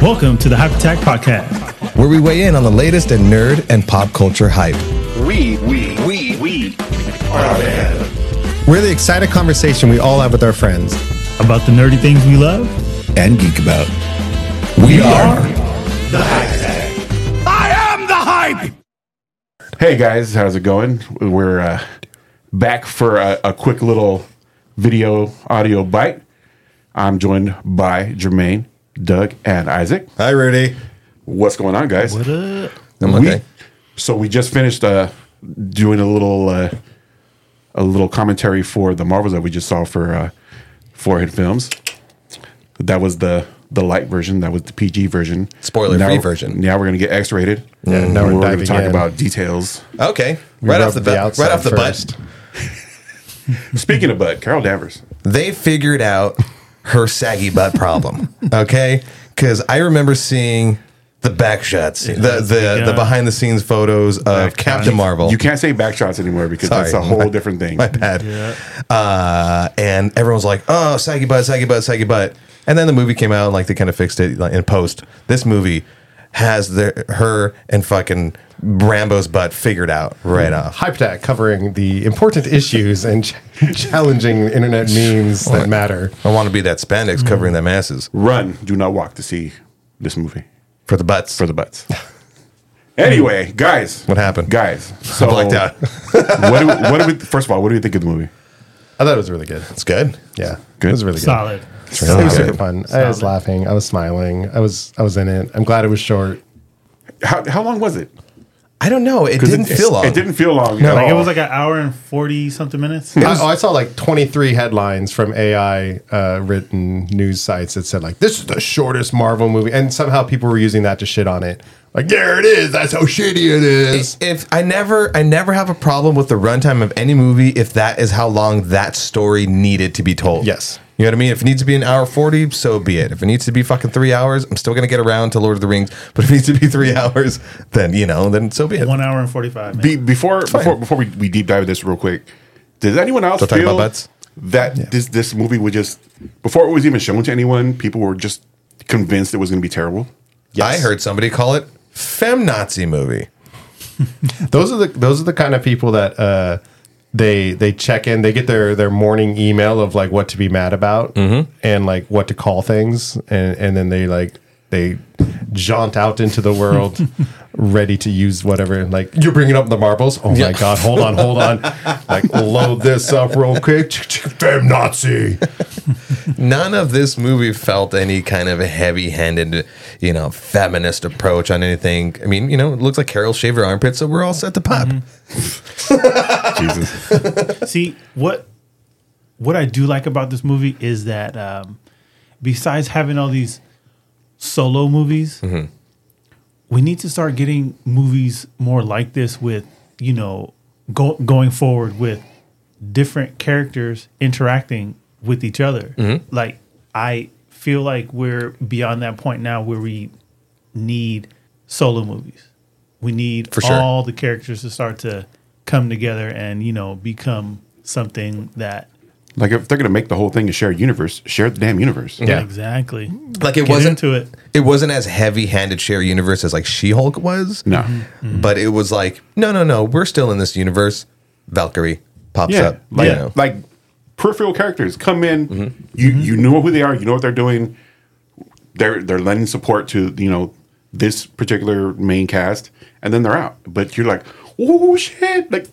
Welcome to the Hyper Attack Podcast. where we weigh in on the latest in nerd and pop culture hype. We, we, we, we are bad. We're the excited conversation we all have with our friends. About the nerdy things we love. And geek about. We, are. Hey guys, how's it going? We're uh, back for a, a quick little video audio bite. I'm joined by Jermaine, Doug, and Isaac. Hi, Rudy. What's going on, guys? up? I'm We- okay. so we just finished uh, doing a little uh, a little commentary for the Marvels that we just saw for uh, Forehead Films. That was the the light version. That was the PG version. Spoiler-free Now- version. Now we're gonna get X rated. Yeah, now we're we're gonna diving talk in. about details. Okay. Right off the, Rub the bat. outside right off the first. butt. Speaking of Bud, Carol Danvers. They figured out her saggy butt problem. Okay. Because I remember seeing the back shots, the, the, uh, yeah. the behind the scenes photos of Back Captain Marvel. You can't say back shots anymore because that's a Sorry. whole My- different thing. My bad. Uh, and everyone's like, "Oh, saggy butt, saggy butt, saggy butt." And then the movie came out, and like they kind of fixed it like, in post. This movie has their her and fucking Rambo's butt figured out right Mm-hmm. off. Hype Tech uh, covering the important issues and ch- challenging internet memes that matter. I want to be that spandex covering them asses Run, do not walk to see this movie for the butts. for the butts. anyway, guys, What happened? Guys, I so blacked out. what, do we, what do we? First of all, what do you think of the movie? I thought it was really good. It's good. Yeah, Good. it was really good. Solid. It was Solid. super fun. I was Solid. laughing. I was smiling. I was I was in it. I'm glad it was short. How, how long was it? I don't know. It 'Cause didn't it, feel long. It didn't feel long. at Like it all. was like an hour and forty something minutes. I, oh, I saw like 23 headlines from AI uh, written news sites that said like this is the shortest Marvel movie, and somehow people were using that to shit on it. Like there it is. That's how shitty it is. If I never, I never have a problem with the runtime of any movie if that is how long that story needed to be told. Yes. you know what I mean. If it needs to be an hour forty, so be it. If it needs to be fucking three hours, I'm still gonna get around to Lord of the Rings. But if it needs to be three hours, then you know, then so be it. One hour and forty five. Be, before before before we, we deep dive this real quick. Does anyone else Don't talk feel about butts. that this this movie would just before it was even shown to anyone, people were just convinced it was going to be terrible. I heard somebody call it fem Nazi movie. those are the those are the kind of people that uh, they they check in. They get their their morning email of like what to be mad about and like what to call things, and and then they like they jaunt out into the world ready to use whatever. Like you're bringing up the marbles. Oh my god! Hold on, hold on. like load this up real quick. Fem Nazi. None of this movie felt any kind of heavy-handed, you know, feminist approach on anything. I mean, you know, it looks like Carol shaved her armpit, so we're all set to pop. Mm-hmm. Jesus. See what what I do like about this movie is that um, besides having all these solo movies, Mm-hmm. we need to start getting movies more like this with you know go, going forward with different characters interacting with each other. Mm-hmm. Like I feel like we're beyond that point now where we need solo movies. We need For sure. all the characters to start to come together and you know become something that Like if they're gonna make the whole thing a shared universe, share the damn universe. Yeah. exactly Like it Get wasn't into it it wasn't as heavy-handed share universe as like She-Hulk was. No. But it was like, no, no, no, we're still in this universe. Valkyrie pops Yeah. up. Like you know. like peripheral characters come in. Mm-hmm. You you know who they are. You know what they're doing. They're they're lending support to you know this particular main cast, and then they're out. But you're like, oh shit! Like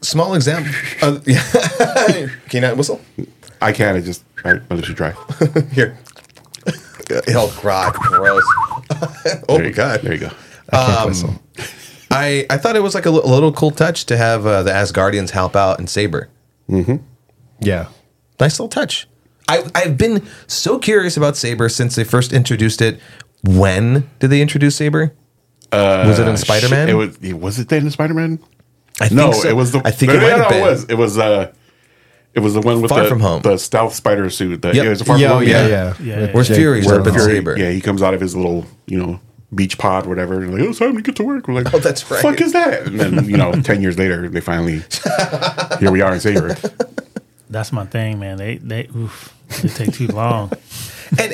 small example. Uh, yeah. Can you not whistle? I can't. I just I, I let you try. Here. Oh God, gross. oh There my you- God. There you go. I, I thought it was like a li- little cool touch to have uh, the Asgardians help out and Saber. Yeah. Nice little touch. I, I've been so curious about Saber since they first introduced it. When did they introduce Saber? Uh, was it in Spider Man? Ah, It was. It, was it then in Spider Man? I think No, so. it was the. I think no, it no, might have no, been. It was. It was. Uh, it was the one with Far the, From Home. the stealth spider suit. That, Yep. yeah, it was a far Yeah, from home. yeah, yeah. Yeah, With yeah. We're Jake furious up in Gyllenhaal. Saber. Yeah, he comes out of his little, you know, beach pod, whatever. And like, oh, it's time to get to work. We're like, Oh, that's right. Fuck is that? And then, you know, ten years later, they finally here we are in Saber. that's my thing man they they oof they take too long and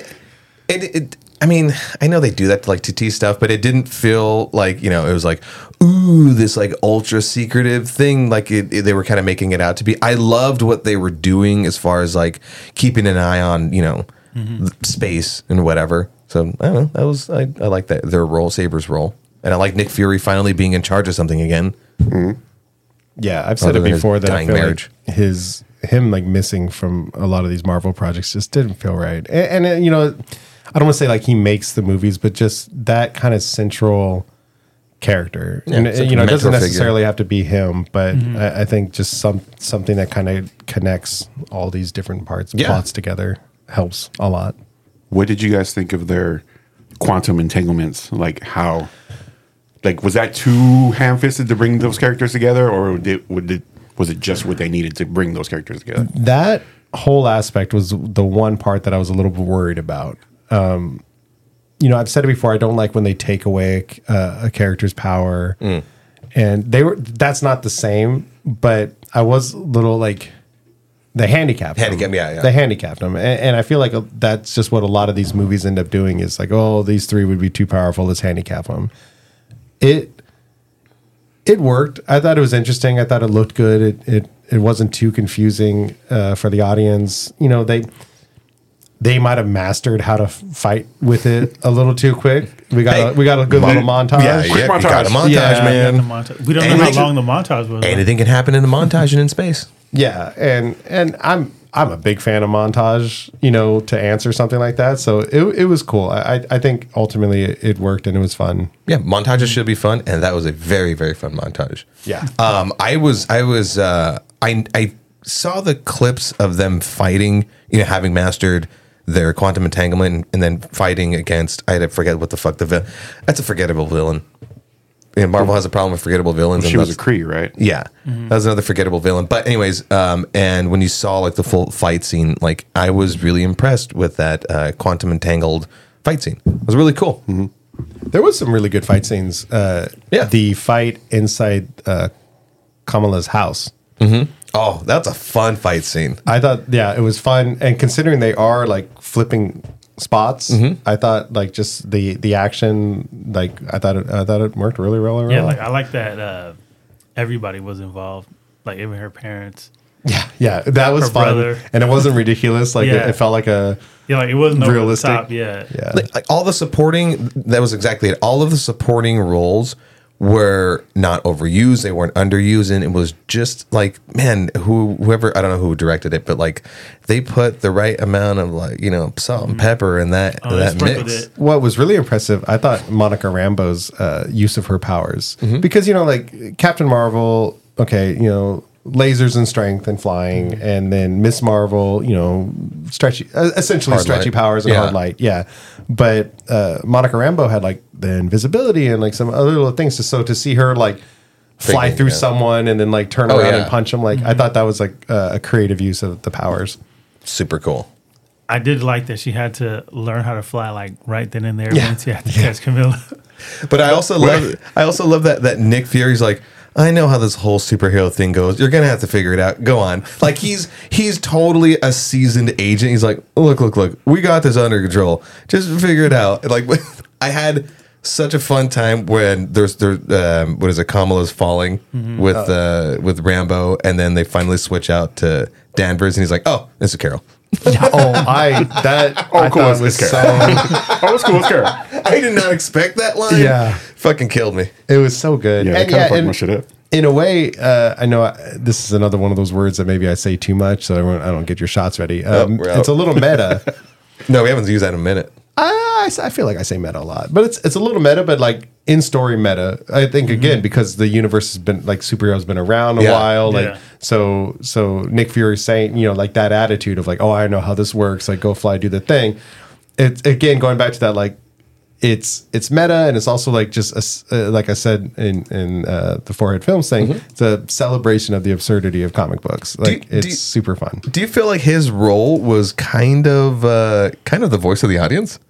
it, it I mean, I know they do that to like to tease stuff, but it didn't feel like you know it was like ooh this like ultra secretive thing. Like it, it- they were kind of making it out to be. I loved what they were doing as far as like keeping an eye on you know Mm-hmm. th- space and whatever. So I don't know. That was I, I like that their role, Sabers role, and I like Nick Fury finally being in charge of something again. Yeah, I've said Other it than his before that I dying feel marriage. like his him like missing from a lot of these Marvel projects just didn't feel right. And, and uh, you know, I don't want to say like he makes the movies, but just that kind of central character. Yeah, and uh, such a you know, it mentor doesn't figure. necessarily have to be him, but I, I think just some something that kind of connects all these different parts and Yeah. plots together helps a lot. What did you guys think of their quantum entanglements? Like how, like was that too ham-fisted to bring those characters together, or did, would it, was it just what they needed to bring those characters together? that whole aspect was the one part that I was a little bit worried about. Um, you know, I've said it before. I don't like when they take away uh, a character's power, Mm. and they were. That's not the same. But I was a little like the handicap. Handicap, yeah, yeah. They handicapped them, and, and I feel like uh, that's just what a lot of these movies end up doing. Is like, oh, these three would be too powerful. Let's handicap them. It it worked. I thought it was interesting. I thought it looked good. It it, it wasn't too confusing uh, for the audience. You know they they might have mastered how to f- fight with it a little too quick. We got Hey. a, we got a good little montage. Yeah, Uh, yeah, you montage. got a montage, Yeah. The man. monta- we don't know Anything- how long the montage was. Anything can happen in a montage and in space. Yeah, and and I'm I'm a big fan of montage. You know, to answer something like that, so it it was cool. I I- I think ultimately it, it worked and it was fun. Yeah, montages should be fun, and that was a very very fun montage. Yeah. Um, I was I was uh, I I saw the clips of them fighting, you know, having mastered their quantum entanglement, and, and then fighting against I forget what the fuck the vil- that's a forgettable villain. And Marvel has a problem with forgettable villains. She and was a Mm-hmm. that's- Cree, right? yeah, that was another forgettable villain. But anyways, um, and when you saw like the full fight scene, like I was really impressed with that uh, quantum entangled fight scene. It was really cool. Mm-hmm. There was some really good fight scenes. Uh, Yeah. the fight inside uh, Kamala's house. Oh, that's a fun fight scene. I thought, yeah, it was fun, and considering they are like flipping spots, I thought like just the the action, like I thought it, I thought it worked really, really well. Yeah, like I like that uh, everybody was involved, like even her parents. yeah, yeah, that was Her fun, brother. and it wasn't ridiculous. Like Yeah. it, it felt like a Yeah, like it wasn't over the Realistic. top, Yeah, yeah, Like, like, all the supporting that was exactly it. All of the supporting roles were not overused. They weren't underused, and it was just like man, who whoever I don't know who directed it, but like they put the right amount of like you know salt and pepper in that Mm-hmm. Oh, they that sprinkled mix. it. what was really impressive, I thought Monica Rambo's uh, use of her powers Mm-hmm. because you know, like Captain Marvel, okay, you know, lasers and strength and flying, Mm-hmm. and then Miss Marvel, you know, stretchy, uh, essentially Hard stretchy light. powers and Yeah. hard light, yeah. But uh, Monica Rambo had like the invisibility and like some other little things. To, so to see her like fly Thinking, through yeah. someone and then like turn Oh, around yeah. and punch him, like I thought that was like uh, a creative use of the powers. Super cool. I did like that she had to learn how to fly like right then and there. Yeah. Yeah, once you had to catch Camilla. But I also love I also love that that Nick Fury's like I know how this whole superhero thing goes. You're gonna have to figure it out. Go on. Like he's he's totally a seasoned agent. He's like, look, look, look. We got this under control. Just figure it out. Like I had such a fun time when there's there um, what is it? Kamala's falling with uh, with Rambo, and then they finally switch out to Danvers, and he's like, oh, this is Carol. oh, I that Oh, I cool, thought it's was Miss so. Oh, it's cool. It's Kara. I did not expect that line. Yeah. fucking killed me. It was so good. Yeah, they And kind of yeah, fucked and my shit up. In a way, uh, I know I, this is another one of those words that maybe I say too much, so everyone, I don't get your shots ready. Um, we're out. it's a little meta. No, we haven't used that in a minute. I, I s- I feel like I say meta a lot, but it's it's a little meta, but like in story meta. I think again because the universe has been like superheroes been around a Mm-hmm. Yeah. while, like Yeah. so so Nick Fury saying you know like that attitude of like oh I know how this works, like go fly do the thing. It's again going back to that like it's it's meta and it's also like just a s uh, like I said in in uh, the forehead films thing, it's a celebration of the absurdity of comic books. Like Mm-hmm. do it's you- super fun. Do you feel like his role was kind of uh, kind of the voice of the audience?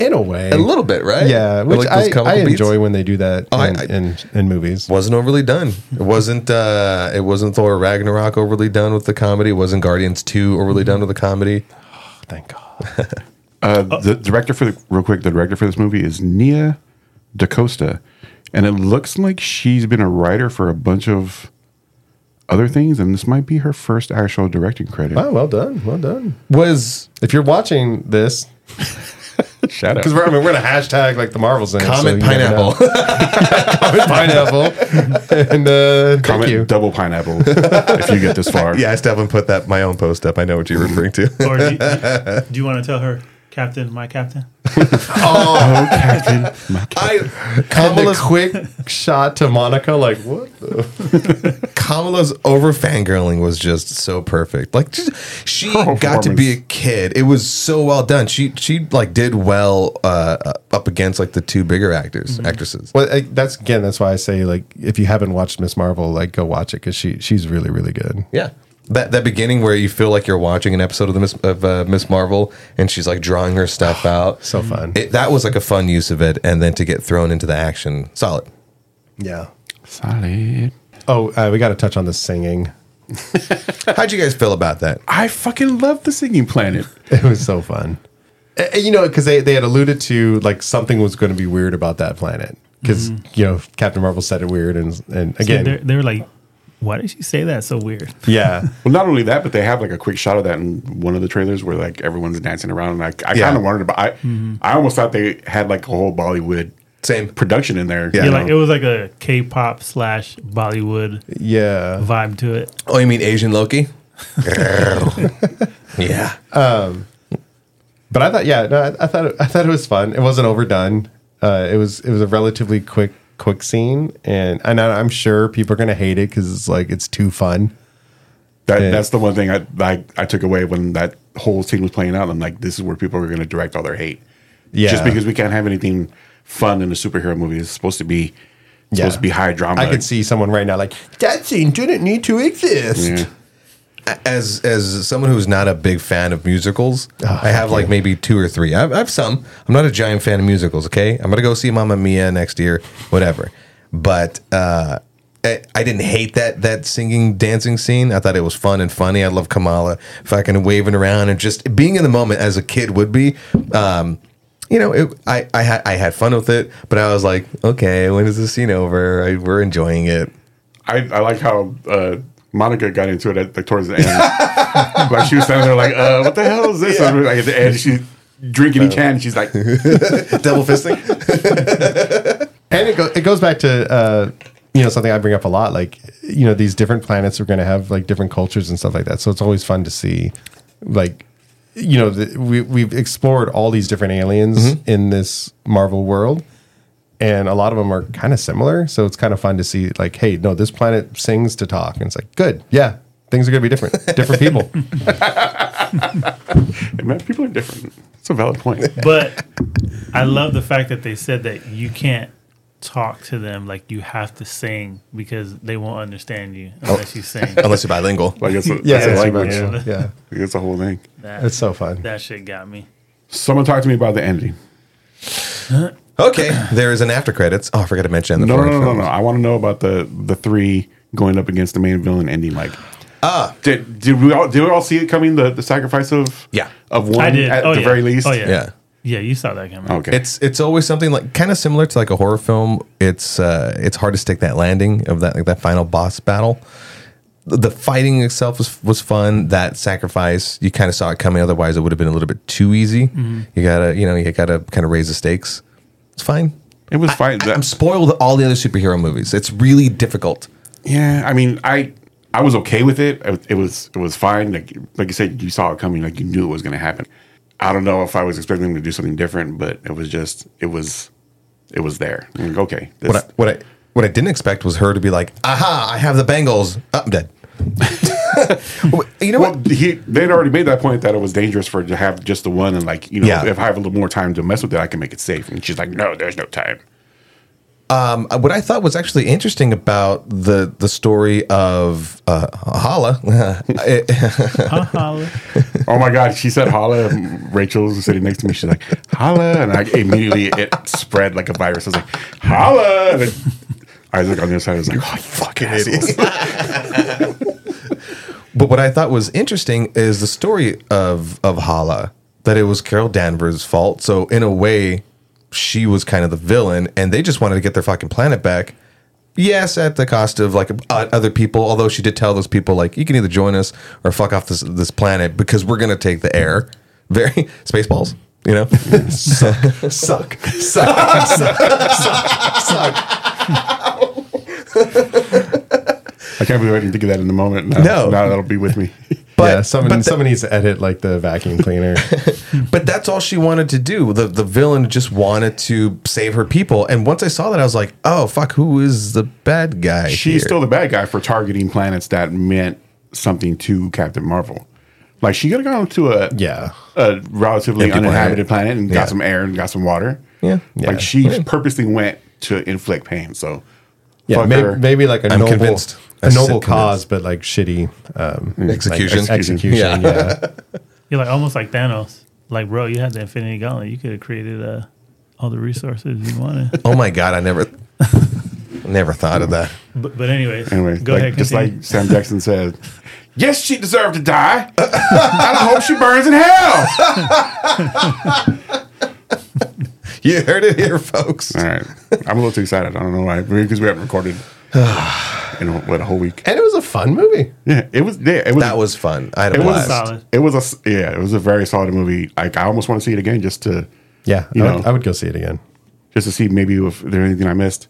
In a way, A little bit, right? Yeah, Or which like those I, couple I beats? Oh, enjoy when they do that I- in, I- in, in movies. Wasn't overly done. It wasn't uh, it wasn't Thor Ragnarok overly done with the comedy. It wasn't Guardians 2 overly done with the comedy. Thank God. Uh, the director for the real quick, the director for this movie is Nia DaCosta, and it looks like she's been a writer for a bunch of other things, and this might be her first actual directing credit. Oh, well done, well done. Was if you're watching this, Shout because we're, I mean, we're gonna hashtag like the Marvel thing. Comment so you never know. pineapple. Comment pineapple, and uh, thank Comment you. double pineapple if you get this far. yeah, I Stefan put that my own post up. I know what you're referring to. Or do you, do you want to tell her, Captain, my Captain? Oh, Captain. My Captain. I And a Kamala's quick shot to Monica, like what? The? Kamala's over fangirling was just so perfect. Like just, she Her got to performance. be a kid. It was so well done. She she like did well uh, up against like the two bigger actors actresses. Well, I, that's again, that's why I say like if you haven't watched Miss Marvel, like go watch it because she she's really really good. Yeah. That, that beginning where you feel like you're watching an episode of the Miss, of uh, Miss Marvel and she's like drawing her stuff out. So fun. Mm-hmm. It, that was like a fun use of it, and then to get thrown into the action, solid. yeah. Solid. Oh, uh, we got to touch on the singing. How'd you guys feel about that? I fucking love the singing planet. It was so fun. Uh, you know, because they they had alluded to like something was going to be weird about that planet because you know Captain Marvel said it weird and and Yeah, again they're, they're like, why did she say that so weird? yeah. Well, not only that, but they have like a quick shot of that in one of the trailers where like everyone's dancing around. And like I Yeah. kind of wondered about. I I almost thought they had like a whole Bollywood Same. production in there. Yeah. Yeah, you like it know? was like a K-pop slash Bollywood Yeah. vibe to it. Oh, you mean Asian Loki? yeah. But I thought, yeah, no, I, I thought it, I thought it was fun. It wasn't overdone. Uh, it was it was a relatively quick quick scene, and and I, I'm sure people are gonna hate it because it's like it's too fun. that, yeah. that's the one thing I like. I took away when that whole scene was playing out. I'm like, this is where people are going to direct all their hate. Yeah, Just because we can't have anything fun in a superhero movie, it's supposed to be it's Yeah. supposed to be high drama. I could see someone right now like that scene didn't need to Yeah. exist. as as someone who's not a big fan of musicals, Ah, I have like maybe two or three. I have, I have some. I'm not a giant fan of musicals. Okay, I'm gonna go see Mamma Mia next year, whatever. But uh, I, I didn't hate that that singing dancing scene. I thought it was fun and funny. I love Kamala fucking waving around and just being in the moment as a kid would be. Um, you know, it, I I had I had fun with it, but I was like, okay, when is this scene over? I, we're enjoying it. I, I like how uh, Monica got into it at, like towards the end. like she was standing there like, uh, what the hell is this? And like at the end, she's drinking each hand. and She's like, Double fisting. And it, go, it goes back to uh, you know something I bring up a lot, like you know these different planets are going to have like different cultures and stuff like that. So it's always fun to see, like you know the, we we've explored all these different aliens Mm-hmm. in this Marvel world, and a lot of them are kind of similar. So it's kind of fun to see like, hey, no, this planet sings to talk, and it's like good, yeah, things are going to be different, different people. man, people are different. It's a valid point. But I love the fact that they said that you can't talk to them like you have to sing because they won't understand you Oh. unless you sing. Unless you're bilingual. Like it's a, Yeah, it's a yeah, language. yeah, language. yeah. Like, it's a whole thing. That, it's so fun. that shit got me. Someone talk to me about the ending. Okay, there is an after credits. Oh, I forgot to mention the No, no, foreign no, no, films. no. I want to know about the the three going up against the main villain ending. Like, ah, did did we all did we all see it coming? The the sacrifice of Yeah. of one I did at Oh, the yeah. very least. Oh yeah. Yeah. yeah, You saw that coming. Okay. It's it's always something like kind of similar to like a horror film. It's uh, it's hard to stick that landing of that like that final boss battle. The- The fighting itself was was fun. That sacrifice you kind of saw it coming. Otherwise, it would have been a little bit too easy. Mm-hmm. You gotta you know you gotta kind of raise the stakes. It's fine. it was fine. That- I'm spoiled with all the other superhero movies. It's really difficult. yeah, I mean, I I was okay with it. It, it was it was fine. Like like you said, you saw it coming. Like you knew it was going to happen. I don't know if I was expecting them to do something different, but it was just it was it was there. Like, okay, this, What I, what I what I didn't expect was her to be like, aha, I have the bangles. Oh, I'm dead. you know Well, what? he they'd already made that point that it was dangerous for her to have just the one, and like you know, Yeah. if I have a little more time to mess with it, I can make it safe. And she's like, "No, there's no time." Uh, what I thought was actually interesting about the the story of uh, Hala, it- Huh, Holly? oh my god, she said holla. and Rachel was sitting next to me. She's like, "Holla," and I immediately it spread like a virus. I was like, "Holla!" And then Isaac on the other side was like, "Oh, you fucking idiot!" but what I thought was interesting is the story of of Hala that it was Carol Danvers' fault. So in a way, she was kind of the villain, and they just wanted to get their fucking planet back. Yes, at the cost of like uh, other people. Although she did tell those people like, you can either join us or fuck off this this planet because we're gonna take the air. Very spaceballs, you know. suck, suck, suck, I can't believe I didn't think of that in the moment. Now, No. now that'll be with me. But- yeah, someone, but the- someone needs to edit like the vacuum cleaner. But that's all she wanted to do. The the villain just wanted to save her people. And once I saw that, I was like, oh fuck, who is the bad guy? She's here? still the bad guy for targeting planets that meant something to Captain Marvel. Like she could have gone to a yeah. a relatively And people uninhabited had- planet and yeah. got some air and got some water. Yeah. Yeah. Like she purposely went to inflict pain. So Yeah, fuck may, her. maybe like a I'm noble, convinced. a I said noble convinced. cause, but like shitty um, like, Execution. ex- execution. Yeah. Yeah. You're like almost like Thanos. Like, bro, you had the Infinity Gauntlet. You could have created uh, all the resources you wanted. Oh my god, I never never thought of that. but, but anyways, anyway, go like, ahead. just continue. like Sam Jackson said, yes, she deserved to die. and I hope she burns in hell. You heard it here, folks. All right. I'm a little too excited. I don't know why. Maybe because we haven't recorded in a, what, a whole week. And it was a fun movie. Yeah. It was, yeah, it was, That was fun. I had a it was blast. Solid. It was a, s- yeah, it was a very solid movie. Like, I almost want to see it again just to, Yeah. You I, would, know. I would go see it again. just to see maybe if there's anything I missed.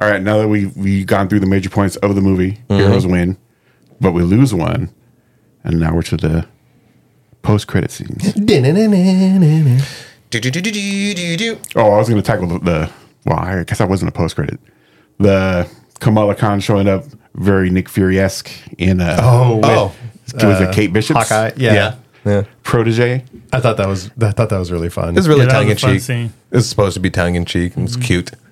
All right, now that we we gone through the major points of the movie, Mm-hmm. heroes win, but we lose one, and now we're to the post credit scenes. Do, do, do, do, do, do, do. oh, I was going to tackle the, the well, I guess I wasn't a post credit. The Kamala Khan showing up very Nick Fury esque in uh, a Oh, with, Oh. it was a Kate Bishop's Hawkeye. Yeah. Yeah. yeah. It protege. I thought that was I thought that was really fun. was really Yeah, that tongue in was a fun cheek. scene. It's supposed to be tongue in cheek. It's cute.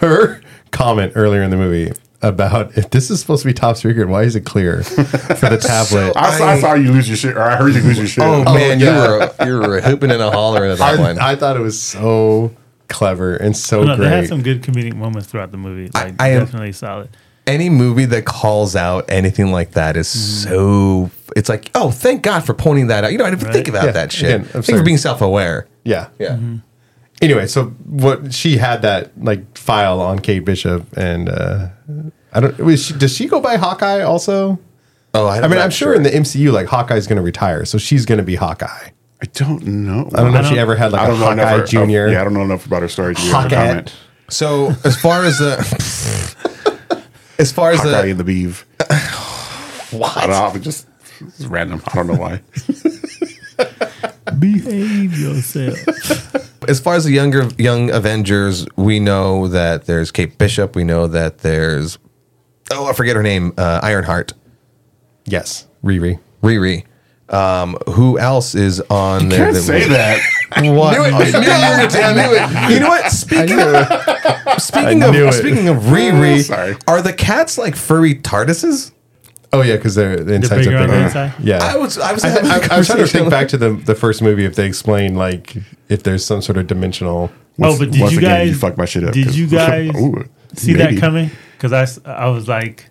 her comment earlier in the movie about if this is supposed to be top secret, why is it clear for the tablet? I, saw, I saw you lose your shit, or I heard you lose your shit. Oh, man, yeah. you were you were hooping and a hollering at that one. I, I thought it was so clever and so No, they great. had some good comedic moments throughout the movie. Like, I am- definitely solid. any movie that calls out anything like that is so it's like oh thank god for pointing that out you know i didn't Right. think about Mm-hmm. Yeah. Mm-hmm. that shit Again, thank you absurd. for being self-aware yeah. yeah Anyway, so what she had that like file on Kate Bishop and uh I don't was she, does she go by Hawkeye also? oh i, I mean, I'm sure in the MCU like Hawkeye's going to retire, so she's going to be Hawkeye. I don't know. I don't know if don't- she ever had like I a don't know Hawkeye enough. oh, Junior. Yeah, I don't know enough about her story to be able to Hawkeye. comment. so as far as the as far as Hawkeye the and the Beeve. I don't know. I'm just it's random. I don't know why. Behave yourself. as far as the younger young avengers we know that there's kate bishop we know that there's oh i forget her name uh, ironheart Yes, Riri. riri um, who else is on there Can't that say we- that. What? You know what? Speaking of speaking I of knew it. speaking of Riri, Sorry. are the cats like furry tortoises? Oh yeah, because they're the insides bigger are on the bigger. inside? Yeah, I was I was I, having a I, I was trying to conversation- think back to the, the first movie if they explain like if there's some sort of dimensional. Once- oh, but did once you again, guys you fucked my shit up, Did 'cause- you guys Ooh, see maybe. that coming? Because I, s- I was like,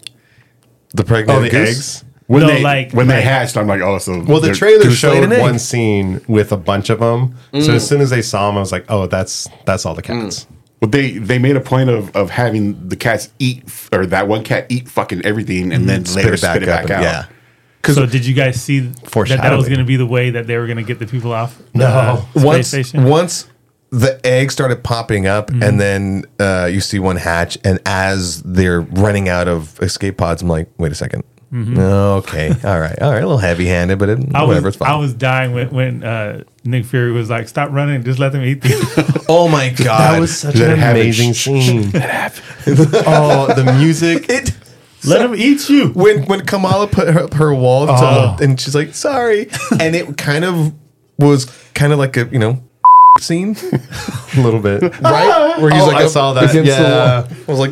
the pregnant Oh, the goose? eggs? When No, they like- when they like- hatched, I'm like, oh, so Well, the they're- trailer goose laid showed an egg. one scene with a bunch of them. So as soon as they saw them, I was like, oh, that's that's all the cats. Well, they they made a point of of having the cats eat f- or that one cat eat fucking everything and then Spit later it back spit it up. back out. Yeah. so did you guys see that that was Foreshadowing. going to be the way that they were going to get the people off? No. space Uh-huh. Once station? Mm-hmm. once the egg started popping up and then uh, you see one hatch and as they're running out of escape pods, I'm like, wait a 2nd Okay. All right. All right. A little heavy handed, but it, Mm-hmm. I whatever. was, it's fine. I was dying when, when uh, Nick Fury was like, "Stop running, just let them eat these." oh my God. such Let it happen. Shh, scene. oh, the music. it, let them eat you. when when Kamala put her, her wall to- Oh. and she's like sorry, and it kind of was kind of like a you know scene, A little bit. right? Where Oh, like I up saw that, against the yeah. wall. I was like,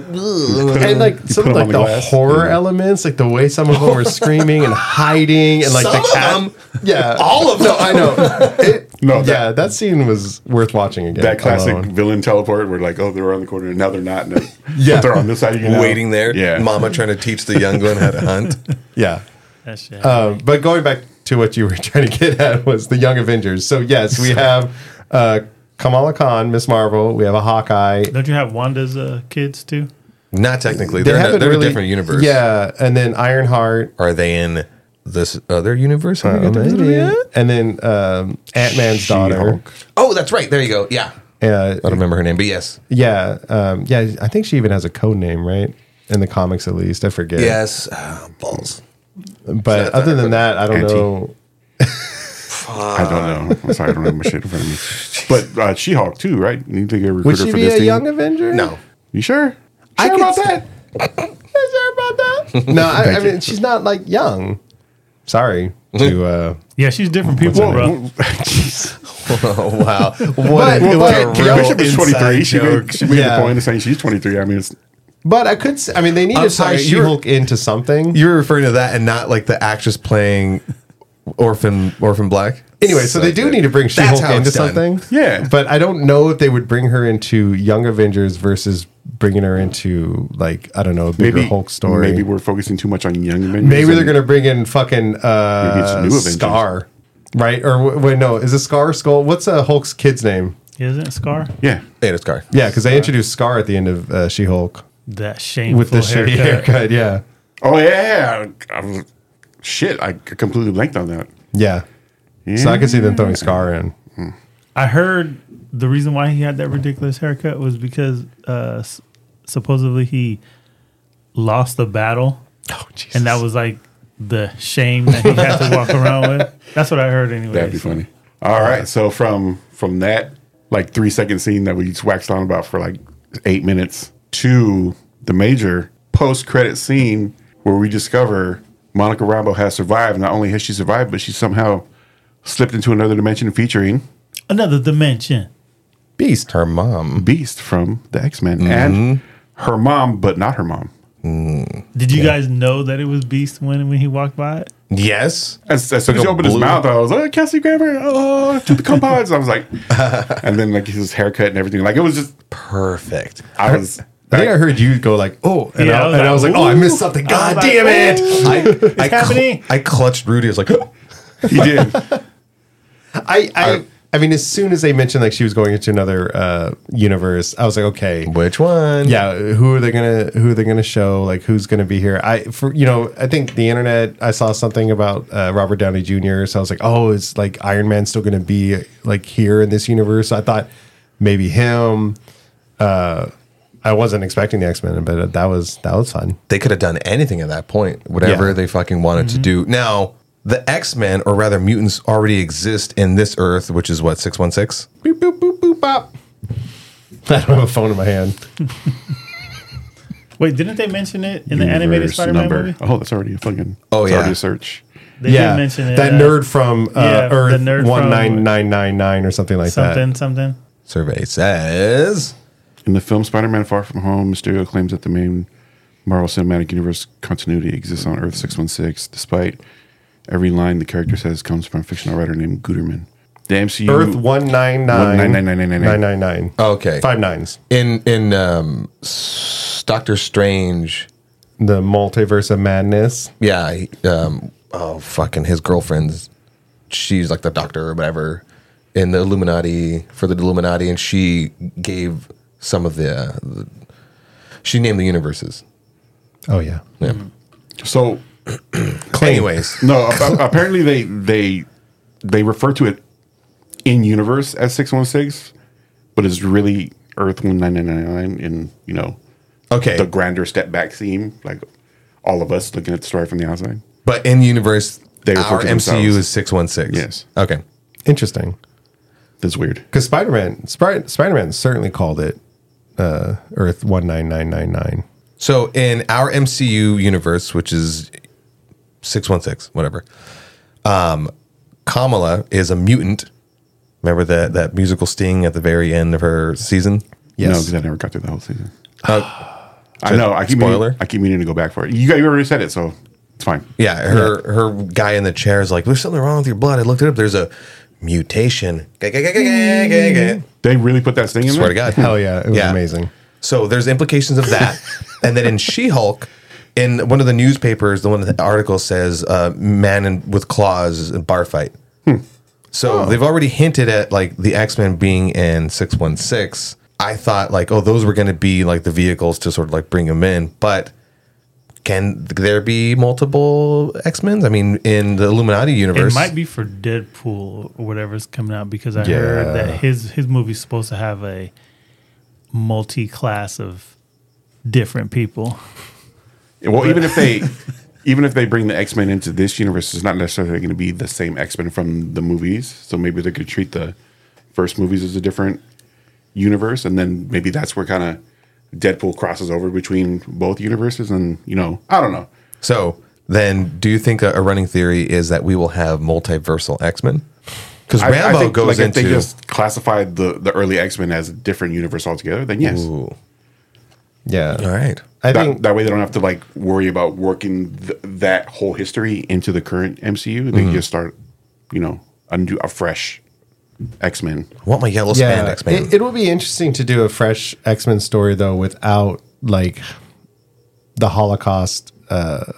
"Ugh." And like some put 'em like on the, the glass. horror elements, like the way some of them were screaming and hiding, and like Some the of cat. them. yeah, all of them. No, I know. It, No, that- yeah, that scene was worth watching again. That classic alone. villain teleport where like, oh, they're around the corner and now they're not. And Yeah. yeah, they're on this side. You know? Waiting there, Yeah, Mama trying to teach the young one how to hunt. Yeah. That shit. Um, but going back to what you were trying to get at was the Young Avengers. So yes, we have uh, Kamala Khan, Miss Marvel. We have a Hawkeye. Don't you have Wanda's uh, kids too? Not technically. They are haven't they're really- a different universe. Yeah, and then Ironheart. Are they in this other universe? Have we got to Maybe. visit yet? And then um, Ant Man's daughter. She-Hulk. Oh, that's right. There you go. Yeah. Uh, I don't remember her name, but yes. yeah, um, yeah. I think she even has a code name, right? In the comics, at least, I forget. Yes. Ah, balls. But that's other than not- that, I don't Auntie. know. I don't know. I'm sorry, I don't have my shit in front of me. But uh, She Hulk too, right? You need to get a Would recruiter she for be this a team. Young Avenger? No. you sure? I sure could about s- that? No, I, I mean she's not like young. Sorry to. Uh, Yeah, she's different people, bro. Oh, wow. What But- a, what but- a Real Bishop is 23. She made, she made Yeah. the point of saying she's 23. I mean, it's, but I could. s- I mean, they need I'm to sorry, tie you're- She-Hulk into something. You're referring to that and not like the actress playing Orphan Orphan Black? Anyway, so they do need to bring That's She-Hulk how into it's done. something. Yeah. but I don't know if they would bring her into Young Avengers versus bringing her into like I don't know a bigger maybe Hulk story. Maybe Maybe, we're focusing too much on young Avengers. they're and- gonna bring in fucking Maybe it's uh, new Avengers. Scar, right? Or w- wait, no, is it Scar or Skull? What's uh, Hulk's kid's name? Isn't it Scar? Yeah. Yeah, it's Scar. Yeah, because they introduced Scar at the end of uh, She-Hulk That shameful with the shitty haircut. haircut. Yeah, Oh, yeah. I was- shit, I completely blanked on that. yeah. So I could see them throwing Scar in. I heard the reason why he had that ridiculous haircut was because uh, s- supposedly he lost the battle, Oh, Jesus. and that was like the shame that he had to walk around with. That's what I heard anyway. That'd be funny. All Uh, right. So from from that like three second scene that we just waxed on about for like eight minutes to the major post credit scene where we discover Monica Rambo has survived. Not only has she survived, but she somehow slipped into another dimension featuring Another dimension. Beast. Her mom. Beast from the X Men Mm-hmm. and her mom, but not her mom. Did you guys know that it was Beast when when he walked by it? Yes. As, as soon Like as he a opened his blue- mouth, I was like, Kelsey Grammer, oh, to the compods. I was like, and then like his haircut and everything. Like it was just, Perfect. I was. I think I heard you go like, oh, and, Yeah, I, I was and I like, was like, oh, I missed ooh. something. I was God like, damn it! I, I, happening? I clutched Rudy. I was like, He did. I, I, I mean, as soon as they mentioned like she was going into another uh, universe, I was like, okay, which one? yeah, who are they gonna who are they gonna show? Like, who's gonna be here? I, for you know, I think the internet. I saw something about uh, Robert Downey Jr. So I was like, oh, is like Iron Man still gonna be like here in this universe? I thought maybe him. Uh, I wasn't expecting the X Men, but that was that was fun. They could have done anything at that point, whatever Yeah. they fucking wanted to do. Now, the X Men, or rather mutants, already exist in this Earth, which is what, 616? Boop boop boop boop bop. I don't have a phone in my hand. Wait, didn't they mention it in the animated Universe Spider-Man number. movie? Oh, that's already a fucking. Oh, it's yeah. already a search. They yeah, did mention it. that uh, nerd from uh, yeah, the Earth nerd from- one nine nine nine nine or something like something something. Survey says. In the film Spider-Man: Far From Home, Mysterio claims that the main Marvel Cinematic Universe continuity exists on Earth 616, despite every line the character says comes from a fictional writer named Guterman. The MCU that. Earth one nine nine nine nine nine 1999999. nine nine nine nine. Okay. five nines. In in um, S- Doctor Strange, The multiverse of madness. yeah, he, um, oh fucking his girlfriend's, she's like the doctor or whatever, in the Illuminati for the Illuminati, and she gave some of the, uh, the she named the universes. Oh yeah, Yeah. So Anyways, no, ap- apparently they they they refer to it in universe as 616, but it's really Earth 19999 in you know okay, the grander step back scene, like all of us looking at the story from the outside. but in universe, They refer our to MCU themselves. is six one six. Yes. Okay. interesting. That's weird. Because Spider Man, Spider Man certainly called it uh, Earth one nine nine nine nine. So in our MCU universe, which is 616, whatever, um, Kamala is a mutant. Remember that, that musical sting at the very end of her season? No, Yes. because I never got through the whole season. Uh, I know. I keep Spoiler? Meaning, I keep meaning to go back for it. You got you already said it, so it's fine. yeah, her her guy in the chair is like, there's something wrong with your blood. I looked it up. There's a mutation. Swear They really put that thing in there. to God. Hell yeah, it was amazing. So there's implications of that. and then in She Hulk, in one of the newspapers, the one the article says uh, "man in, with claws and bar fight." So they've already hinted at like the X Men being in six one six. I thought like, oh, those were going to be like the vehicles to sort of like bring them in, but can there be multiple X Men? I mean, in the Illuminati universe, It might be for Deadpool or whatever's coming out because I Yeah. heard that his his movie's supposed to have a multi class of different people. Well, even if they even if they bring the X Men into this universe, it's not necessarily going to be the same X Men from the movies. So maybe they could treat the first movies as a different universe, and then maybe that's where kind of Deadpool crosses over between both universes. And you know, I don't know. So then, do you think a, a running theory is that we will have multiversal X Men? Because I- I Rambo think, goes if into. they just classified the the early X Men as a different universe altogether. Then yes, Ooh, Yeah. all right. I that, think that way they don't have to like worry about working th- that whole history into the current MCU. Mm-hmm. They just start, you know, undo a fresh X Men. I want my yellow yeah, spandex man. It, it will be interesting to do a fresh X Men story though without like the Holocaust uh,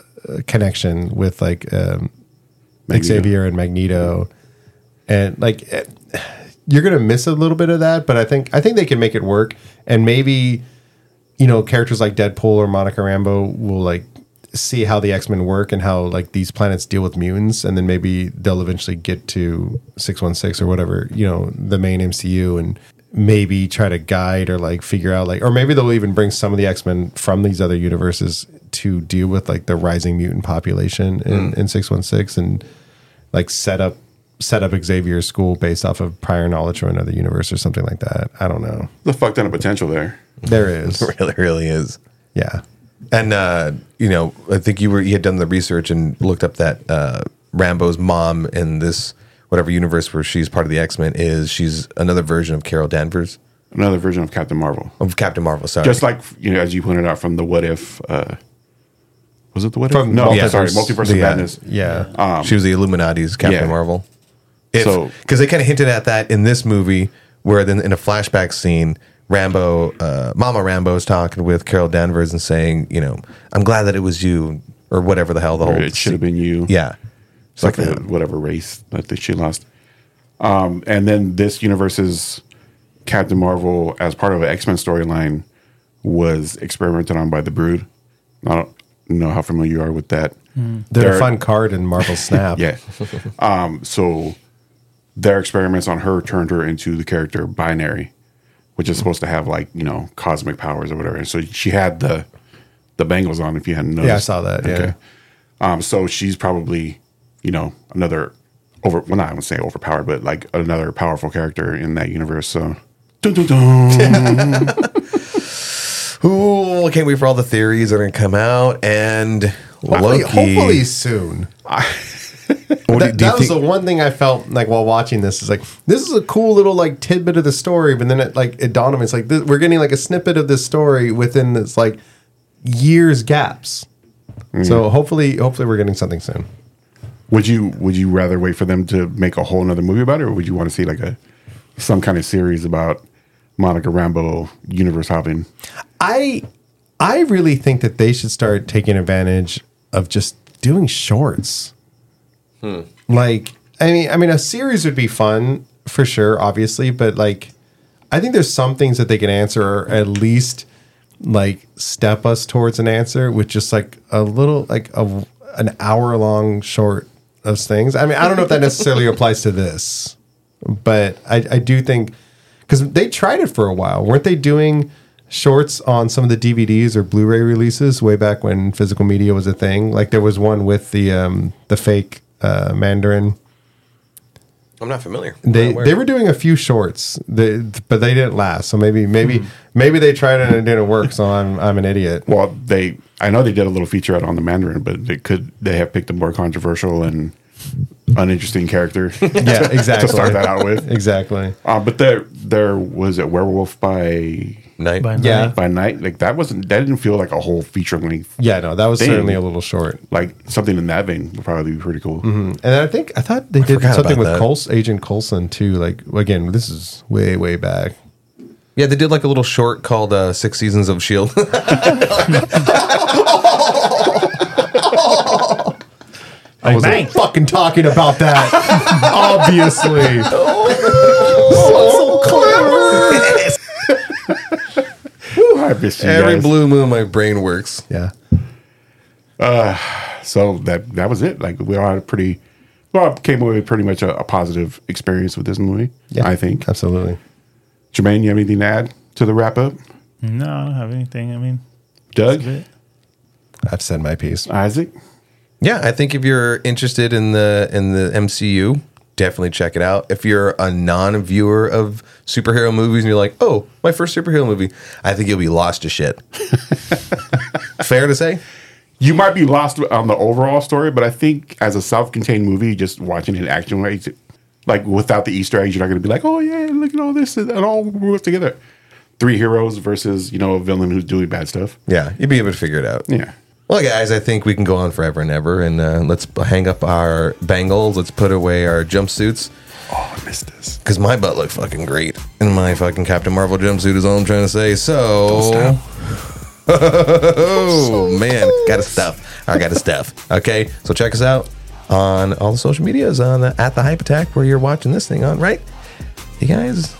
connection with like um, Magneto. Xavier and Magneto, and like eh, you're gonna miss a little bit of that. But I think I think they can make it work, and maybe you know characters like Deadpool or Monica Rambo will like see how the X Men work and how like these planets deal with mutants, and then maybe they'll eventually get to six one six or whatever you know the main MCU and maybe try to guide or like figure out like or maybe they'll even bring some of the X-Men from these other universes to deal with like the rising mutant population in, in 616 and like set up set up Xavier's school based off of prior knowledge from another universe or something like that. I don't know. The fuck ton of potential there. There is. really, really is. Yeah. And uh, you know, I think you were you had done the research and looked up that uh, Rambo's mom in this whatever universe where she's part of the X Men is she's another version of Carol Danvers Another version of Captain Marvel, of Captain Marvel. Sorry, just like you know, as you pointed out from the What If. Uh, was it the What If? From no, Multiverse- sorry, Multiverse of the, uh, Madness. Yeah. she was the Illuminati's Captain yeah. Marvel. So- because they kind of hinted at that in this movie, where then in a flashback scene, Rambo, uh, Mama Rambo is talking with Carol Danvers and saying, you know, I'm glad that it was you, or whatever the hell the Or whole it should have been you. yeah, it's like like the, that. whatever race that they- she lost. Um, and then this universe's Captain Marvel, as part of an X Men storyline, was experimented on by the Brood. I don't know how familiar you are with that. They're They're- a fun card in Marvel Snap. Yeah. um, so their experiments on her turned her into the character Binary, which is supposed to have like you know cosmic powers or whatever. And so she had the the bangles on. If you hadn't noticed, Yeah, I saw that. Yeah. um, so she's probably, you know, another over. Well, not I would say overpowered, but like another powerful character in that universe. So, dun, dun, dun. Cool. Can't wait for all the theories that are going to come out. And Hopefully, Loki. hopefully soon. What do- That, do you that was think- the one thing I felt like while watching this is like this is a cool little like tidbit of the story, but then it like it dawned on me it's like th- we're getting like a snippet of this story within this like years gaps. Mm-hmm. So hopefully, hopefully we're getting something soon. would you would you rather wait for them to make a whole nother movie about it, or would you want to see like a some kind of series about Monica Rambo universe hopping? I I really think that they should start taking advantage of just doing shorts. Like I mean I mean a series would be fun for sure, obviously, but like I think there's some things that they can answer or at least like step us towards an answer with just like a little like a an hour long short of things. I mean, I don't know if that necessarily applies to this, but I, I do think because they tried it for a while, weren't they doing shorts on some of the DVDs or Blu-ray releases way back when physical media was a thing? Like there was one with the um, the fake uh, Mandarin. I'm not familiar. They Not aware. they were doing a few shorts, they, but they didn't last. So maybe Hmm. maybe maybe they tried it and it didn't work. So I'm I'm an idiot. Well, they I know they did a little featurette on the Mandarin, but they could they have picked a more controversial and uninteresting character Yeah, to exactly. start that out with. Exactly. Uh, but there there was a werewolf by Night. By Yeah. night. by night. Like that wasn't that didn't feel like a whole feature length. Yeah, no, that was Thing. certainly a little short. Hmm. Like something in that vein would probably be pretty cool. And I think I thought they did forgot something about with that. Coles, Agent Coulson too. Like again, this is way way back. Yeah, they did like a little short called uh, Six Seasons of Shield. I was Bang. fucking talking about that. Obviously. Woo, I miss you Every guys. blue moon, my brain works. Yeah. so that that was it. Like we all had a pretty well came away with pretty much a, a positive experience with this movie. I think. Absolutely. Jermaine, you have anything to add to the wrap up? No, I don't have anything. I mean, Doug, but I've said my piece. Isaac, Yeah, I think if you're interested in the in the MCU, definitely check it out. If you're a non-viewer of superhero movies and you're like, "Oh, my first superhero movie," I think you'll be lost to shit. Fair to say? you might be lost on the overall story, but I think as a self-contained movie, just watching it in action like, like without the Easter eggs, you're not going to be like, oh yeah, look at all this and it all works together. Three heroes versus you know a villain who's doing bad stuff. Yeah, you'll be able to figure it out. Yeah. Well, guys, I think we can go on forever and ever, and uh, let's hang up our bangles. Let's put away our jumpsuits Oh, I missed this. because my butt looked fucking great, and my fucking Captain Marvel jumpsuit is all I'm trying to say. So, oh man, got to stuff. I got to stuff. Okay, so check us out on all the social medias on the, at the Hype Attack where you're watching this thing on, right? You guys,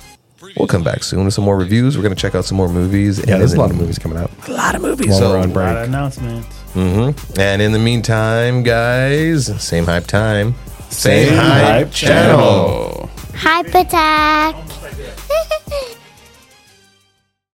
we'll come back soon with some more reviews. We're gonna check out some more movies. Yeah, there's a lot of movies coming out. A lot of movies. While So- we're on a lot of break. announcements. and in the meantime, guys, same hype time, same, Hype channel. Hype attack.